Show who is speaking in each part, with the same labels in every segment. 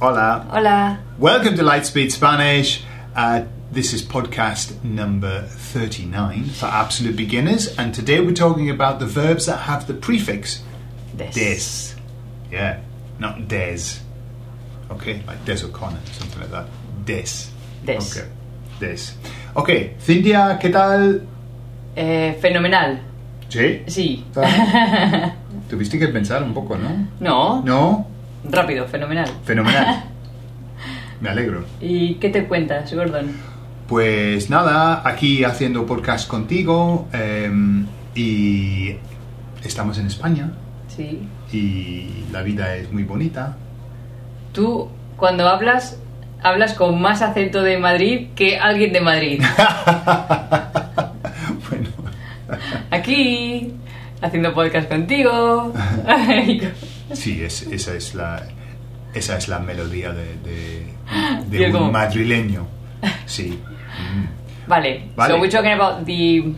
Speaker 1: Hola.
Speaker 2: Hola.
Speaker 1: Welcome to Lightspeed Spanish. Uh, this is podcast number 39 for absolute beginners, and today we're talking about the verbs that have the prefix
Speaker 2: This.
Speaker 1: des. Yeah, not des. Okay, like Des O'Connor, something like that. Des.
Speaker 2: Des.
Speaker 1: Okay, des. Okay, Cintia, ¿qué tal?
Speaker 2: Eh, fenomenal.
Speaker 1: Sí.
Speaker 2: Sí.
Speaker 1: Ah. Tuviste que pensar un poco, ¿no?
Speaker 2: No.
Speaker 1: No,
Speaker 2: Rápido, fenomenal.
Speaker 1: fenomenal. Me alegro.
Speaker 2: ¿Y qué te cuentas, Gordon?
Speaker 1: Pues nada, aquí haciendo podcast contigo em, y estamos en España
Speaker 2: Sí.
Speaker 1: y la vida es muy bonita.
Speaker 2: Tú, cuando hablas, hablas con más acento de Madrid que alguien de Madrid.
Speaker 1: Bueno,
Speaker 2: Aquí, haciendo podcast contigo.
Speaker 1: sí, es- esa, es la, esa es la melodía de, de- de
Speaker 2: Yo
Speaker 1: un
Speaker 2: como-
Speaker 1: madrileño. Sí. Mm.
Speaker 2: vale.
Speaker 1: Vale.
Speaker 2: So we're talking about the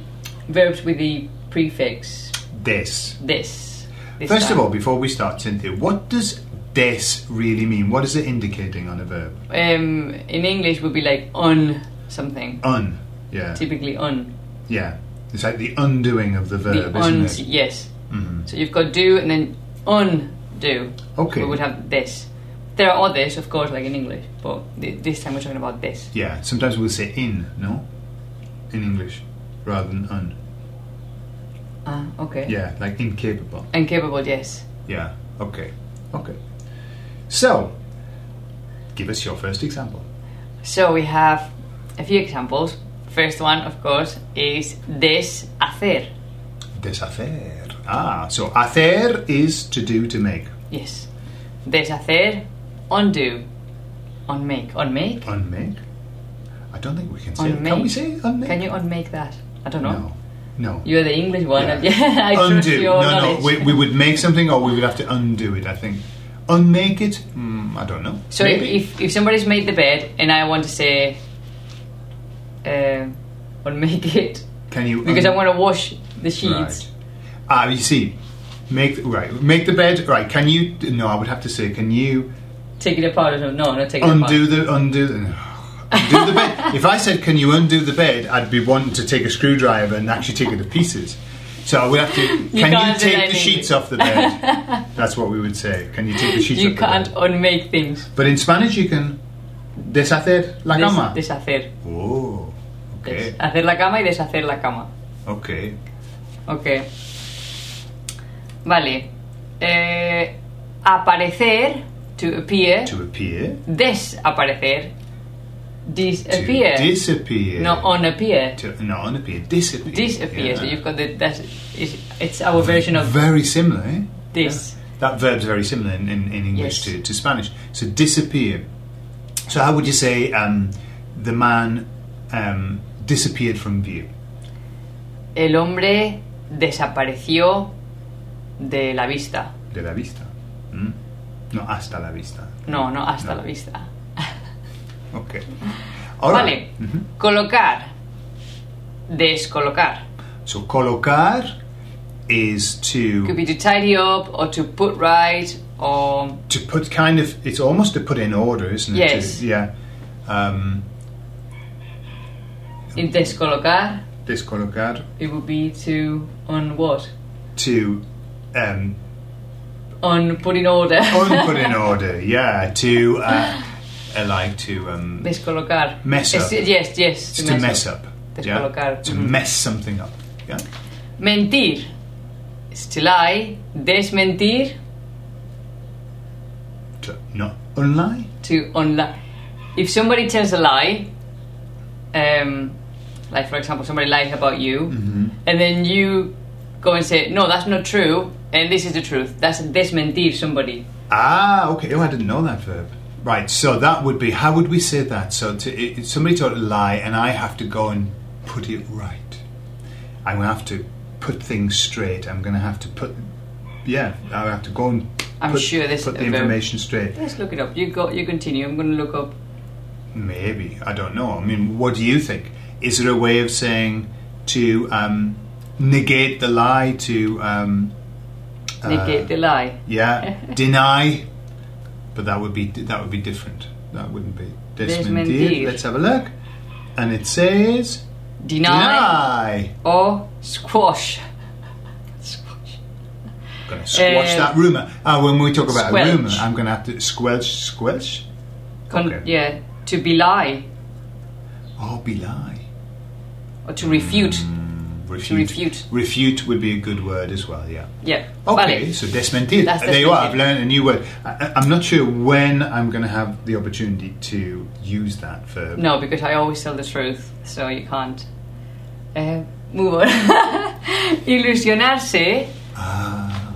Speaker 2: verbs with the prefix
Speaker 1: Des.
Speaker 2: this. this
Speaker 1: First of
Speaker 2: time.
Speaker 1: all, before we start, Cynthia, what does des really mean? What is it indicating on a verb?
Speaker 2: um, in English would be like on something.
Speaker 1: Un. Yeah.
Speaker 2: Typically on.
Speaker 1: Yeah. It's like the undoing of the verb,
Speaker 2: the
Speaker 1: isn't
Speaker 2: on,
Speaker 1: it?
Speaker 2: yes.
Speaker 1: Mhm.
Speaker 2: So you've got do and then undo.
Speaker 1: Okay.
Speaker 2: We would have this. There are others, of course, like in English, but th- this time we're talking about this.
Speaker 1: Yeah, sometimes we'll say in, no? In English, rather than un.
Speaker 2: Ah, okay.
Speaker 1: Yeah, like incapable.
Speaker 2: And capable, yes.
Speaker 1: Yeah, okay, okay. So, give us your first example.
Speaker 2: So we have a few examples. First one, of course, is deshacer.
Speaker 1: Deshacer. Ah, so hacer is to do, to make.
Speaker 2: Yes. Deshacer, undo, unmake. Unmake?
Speaker 1: Unmake? I don't think we can say
Speaker 2: Unmake.
Speaker 1: Can we say unmake?
Speaker 2: Can you unmake that? I don't know.
Speaker 1: No. No.
Speaker 2: You're the English one.
Speaker 1: Yeah.
Speaker 2: Yeah. I trust
Speaker 1: undo.
Speaker 2: your
Speaker 1: no,
Speaker 2: knowledge.
Speaker 1: no. We, we would make something or we would have to undo it, I think. Unmake it? Mm, I don't know.
Speaker 2: So if,
Speaker 1: Maybe.
Speaker 2: if, if somebody's made the bed and I want to say, um, unmake it
Speaker 1: Can you
Speaker 2: because
Speaker 1: un-
Speaker 2: I want to wash the sheets.
Speaker 1: Right. Ah, you see, make right, make the bed. Right, can you? No, I would have to say, can you
Speaker 2: Take it apart or something. No, not take it
Speaker 1: undo
Speaker 2: apart.
Speaker 1: the undo the undo the bed? If I said, can you undo the bed, I'd be wanting to take a screwdriver and actually take it to pieces. So I would have to. can you
Speaker 2: can't do that
Speaker 1: take
Speaker 2: in
Speaker 1: the sheets
Speaker 2: English.
Speaker 1: off the bed? That's what we would say. Can you take the sheets
Speaker 2: You
Speaker 1: off
Speaker 2: can't
Speaker 1: the bed?
Speaker 2: unmake things.
Speaker 1: But in Spanish, you can deshacer la
Speaker 2: Des-
Speaker 1: cama.
Speaker 2: deshacer.
Speaker 1: oh, okay,
Speaker 2: Des- Hacer la cama y deshacer la cama.
Speaker 1: okay.
Speaker 2: Ok. Vale. Eh, aparecer, to appear.
Speaker 1: To appear.
Speaker 2: Desaparecer.
Speaker 1: To
Speaker 2: Disappear.
Speaker 1: Disappear.
Speaker 2: no, on appear.
Speaker 1: To, no, unappear. Disappear.
Speaker 2: disappear. So
Speaker 1: yeah.
Speaker 2: you've got the that's it's, it's our version of
Speaker 1: Very similar, eh?
Speaker 2: this.
Speaker 1: That verb's very similar in, in, in English
Speaker 2: Yes.
Speaker 1: to, to Spanish. So disappear. So how would you say um, the man um, disappeared from view?
Speaker 2: El hombre desapareció de la vista.
Speaker 1: De la vista. Mm? No, hasta la vista.
Speaker 2: No, no, hasta
Speaker 1: No.
Speaker 2: la vista.
Speaker 1: Okay. All
Speaker 2: Vale.
Speaker 1: right. Mhm.
Speaker 2: Colocar. Descolocar.
Speaker 1: So colocar is to
Speaker 2: Could be to tidy up or to put right or
Speaker 1: to put kind of it's almost to put in order, isn't it? To-
Speaker 2: Yes.
Speaker 1: yeah. Um,
Speaker 2: in descolocar
Speaker 1: descolocar
Speaker 2: it would be to on what?
Speaker 1: to um,
Speaker 2: On put in order.
Speaker 1: un put in order, yeah, to uh, uh, like to um,
Speaker 2: Descolocar.
Speaker 1: Mess
Speaker 2: Es-
Speaker 1: up.
Speaker 2: yes, yes.
Speaker 1: to mess up, yeah,
Speaker 2: Descolocar.
Speaker 1: to
Speaker 2: Mhm.
Speaker 1: mess something up, yeah,
Speaker 2: Mentir. Es to lie. Desmentir.
Speaker 1: to not unlie,
Speaker 2: to unlie. If somebody tells a lie, um, like for example, somebody lies about you,
Speaker 1: Mm-hmm.
Speaker 2: and then you go and say, "No, that's not true," and this is the truth. That's desmentir somebody.
Speaker 1: ah, okay, oh, I didn't know that verb. Right, so that would be how would we say that? So to, i- if somebody told a lie, and I have to go and put it right. I'm gonna have to put things straight. I'm gonna have to put, yeah, I have to go and
Speaker 2: I'm
Speaker 1: put,
Speaker 2: sure this
Speaker 1: put the
Speaker 2: verb-
Speaker 1: information straight.
Speaker 2: Let's look it up. You go. You continue. I'm going to look up.
Speaker 1: Maybe I don't know. I mean, what do you think? Is there a way of saying to um, negate the lie? To um, Uh,
Speaker 2: Negate the lie.
Speaker 1: yeah, deny but that would be that would be different. That wouldn't be
Speaker 2: Desmond Deer.
Speaker 1: Let's have a look, and it says
Speaker 2: Deny
Speaker 1: deny.
Speaker 2: or squash. Squash.
Speaker 1: Gonna squash
Speaker 2: Uh,
Speaker 1: that rumor. Ah, when we talk about a
Speaker 2: squelch.
Speaker 1: rumor, I'm gonna have to squelch, squelch,
Speaker 2: Con-
Speaker 1: Okay.
Speaker 2: Yeah, to belie
Speaker 1: or belie.
Speaker 2: or to refute.
Speaker 1: Mm. Refute.
Speaker 2: Mm, refute.
Speaker 1: Refute would be a good word as well. Yeah.
Speaker 2: Yeah.
Speaker 1: Okay,
Speaker 2: Vale.
Speaker 1: so desmentir.
Speaker 2: That's
Speaker 1: there you are. I've
Speaker 2: desmentir.
Speaker 1: learned a new word. I, I'm not sure when I'm going to have the opportunity to use that verb.
Speaker 2: No, because I always tell the truth, so you can't. Uh, move on. Illusionarse.
Speaker 1: Ah,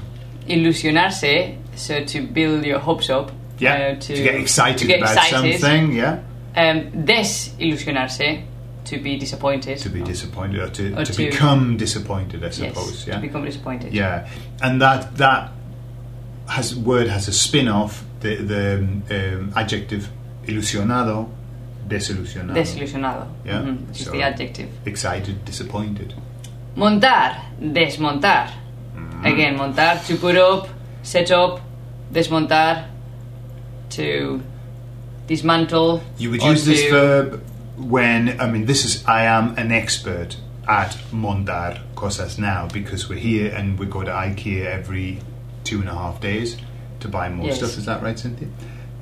Speaker 2: Illusionarse. So to build your hopes up.
Speaker 1: yeah.
Speaker 2: uh,
Speaker 1: to, get excited
Speaker 2: to get
Speaker 1: about
Speaker 2: excited.
Speaker 1: something. Yeah.
Speaker 2: Um, desillusionarse. To be disappointed.
Speaker 1: To be disappointed or to,
Speaker 2: Oh. Or
Speaker 1: to,
Speaker 2: to-
Speaker 1: become disappointed, I
Speaker 2: yes,
Speaker 1: suppose.
Speaker 2: To
Speaker 1: yeah.
Speaker 2: become disappointed.
Speaker 1: yeah. And that that has word has a spin off the the um, adjective ilusionado, desilusionado.
Speaker 2: Desilusionado.
Speaker 1: Yeah,
Speaker 2: Mhm, which is
Speaker 1: so-
Speaker 2: the adjective.
Speaker 1: excited, disappointed.
Speaker 2: Montar, desmontar.
Speaker 1: Mm-hmm.
Speaker 2: Again, montar to put up, set up, desmontar to dismantle.
Speaker 1: You would
Speaker 2: or
Speaker 1: use this
Speaker 2: to-
Speaker 1: verb when I mean this is I am an expert at montar cosas now because we're here and we go to IKEA every two and a half days to buy more
Speaker 2: Yes.
Speaker 1: stuff. Is that right, Cynthia?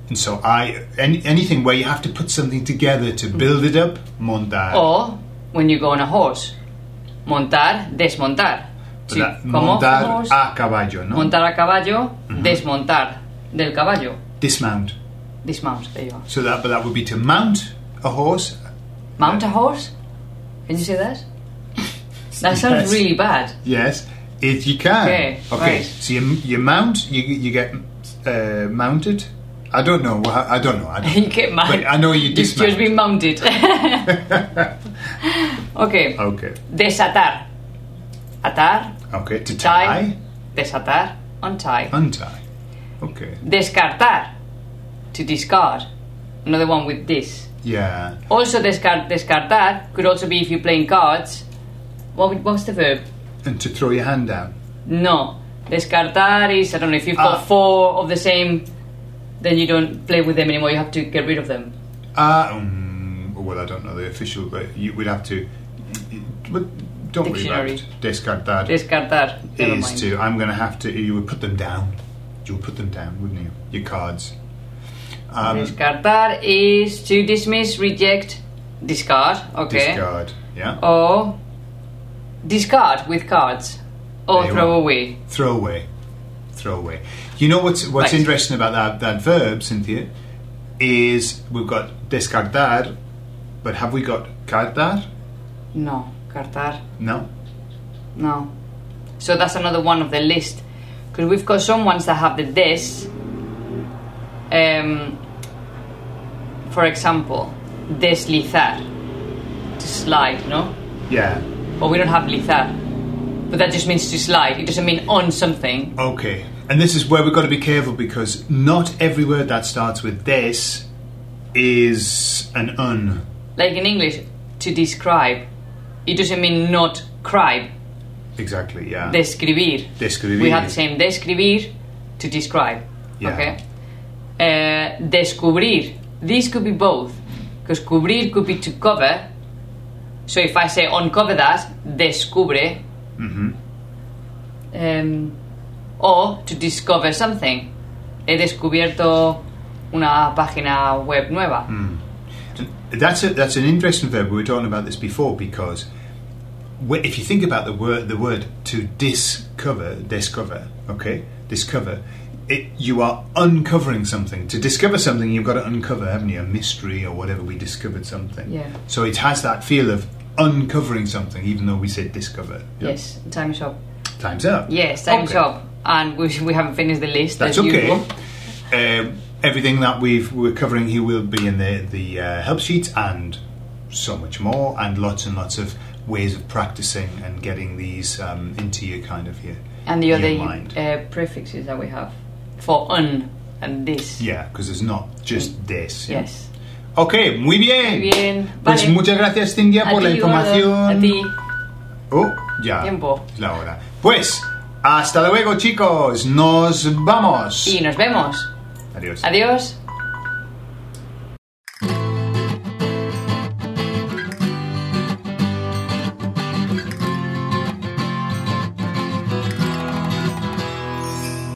Speaker 1: And so I any, anything where you have to put something together to build it up, montar.
Speaker 2: Mm. Or when you go on a horse, montar, desmontar.
Speaker 1: But
Speaker 2: To
Speaker 1: that-
Speaker 2: come off the
Speaker 1: montar
Speaker 2: horse,
Speaker 1: a caballo, no?
Speaker 2: montar a caballo, desmontar del caballo,
Speaker 1: Dismount.
Speaker 2: dismount. There you are.
Speaker 1: So that but that would be to mount a horse.
Speaker 2: Mount a horse? Can you say that? That sounds
Speaker 1: Yes.
Speaker 2: really bad.
Speaker 1: Yes, if you can.
Speaker 2: Okay, right.
Speaker 1: So you, you mount, you you get uh, mounted. I don't know. wha- I don't know. I don't,
Speaker 2: you get mount.
Speaker 1: But I know you
Speaker 2: You've
Speaker 1: dismount.
Speaker 2: just been mounted. okay.
Speaker 1: okay.
Speaker 2: Desatar. Atar,
Speaker 1: Okay. To
Speaker 2: Tie.
Speaker 1: tie,
Speaker 2: desatar, untie.
Speaker 1: untie. Okay.
Speaker 2: Descartar. To discard. Another one with this.
Speaker 1: Yeah.
Speaker 2: Also, descart, descartar could also be if you're playing cards. What would, what's the verb?
Speaker 1: And to throw your hand down.
Speaker 2: No. Descartar is, I don't know, if you've
Speaker 1: Ah.
Speaker 2: got four of the same, then you don't play with them anymore, you have to get rid of them.
Speaker 1: Uh, um, well, I don't know the official, but you would have to. But don't worry about
Speaker 2: Dictionary.
Speaker 1: it. Discard that.
Speaker 2: Descartar. Never
Speaker 1: is
Speaker 2: mind.
Speaker 1: to I'm going to have to. You would put them down. You would put them down, wouldn't you? Your cards. Um,
Speaker 2: Descartar is to dismiss, reject, discard. Okay.
Speaker 1: Discard. Yeah.
Speaker 2: Or discard with cards. Or
Speaker 1: There you
Speaker 2: throw
Speaker 1: are.
Speaker 2: away.
Speaker 1: Throw away. Throw away. You know what's what's
Speaker 2: Right.
Speaker 1: interesting about that that verb, Cynthia, is we've got descartar, but have we got cartar?
Speaker 2: No, cartar.
Speaker 1: No.
Speaker 2: No. So that's another one of the list. Because we've got some ones that have the des. Um, for example, deslizar. To slide, no?
Speaker 1: Yeah.
Speaker 2: But we don't have lizar. But that just means to slide. It doesn't mean on something.
Speaker 1: Okay. And this is where we've got to be careful because not every word that starts with des is an un.
Speaker 2: like in English, to describe, it doesn't mean not cribe,
Speaker 1: Exactly. Yeah.
Speaker 2: describir.
Speaker 1: Describir.
Speaker 2: We have the same describir to describe.
Speaker 1: Yeah.
Speaker 2: Okay. Uh, descubrir. These could be both, because cubrir could be to cover. So if I say uncover that, descubre.
Speaker 1: Mm-hmm.
Speaker 2: Um, or to discover something. He descubierto una página web nueva.
Speaker 1: Mm. That's a, that's an interesting verb. We were talking about this before because wh- if you think about the word the word to discover, discover, okay, discover, it, you are uncovering something. To discover something, you've got to uncover, haven't you? A mystery or whatever. We discovered something.
Speaker 2: Yeah.
Speaker 1: So it has that feel of uncovering something, even though we said discover. Yeah.
Speaker 2: Yes, time is up.
Speaker 1: Time's up.
Speaker 2: Yes, time's
Speaker 1: Okay.
Speaker 2: up. And we, we haven't finished the list.
Speaker 1: That's
Speaker 2: as
Speaker 1: okay.
Speaker 2: Usual.
Speaker 1: Um, everything that we've, we're covering here will be in the, the uh, help sheet and so much more, and lots and lots of ways of practicing and getting these um, into your kind of your,
Speaker 2: And the
Speaker 1: your
Speaker 2: other
Speaker 1: mind.
Speaker 2: uh, prefixes that we have for un and this.
Speaker 1: yeah, because it's not just this. yeah.
Speaker 2: Yes.
Speaker 1: Okay, muy bien.
Speaker 2: Muy bien.
Speaker 1: Pues
Speaker 2: Vale.
Speaker 1: muchas gracias, Cintia, por la
Speaker 2: A ti, Eduardo.
Speaker 1: información.
Speaker 2: A ti.
Speaker 1: Oh, ya.
Speaker 2: Tiempo.
Speaker 1: La hora. Pues, hasta luego, chicos. Nos vamos.
Speaker 2: Y nos vemos.
Speaker 1: Adios.
Speaker 2: Adios.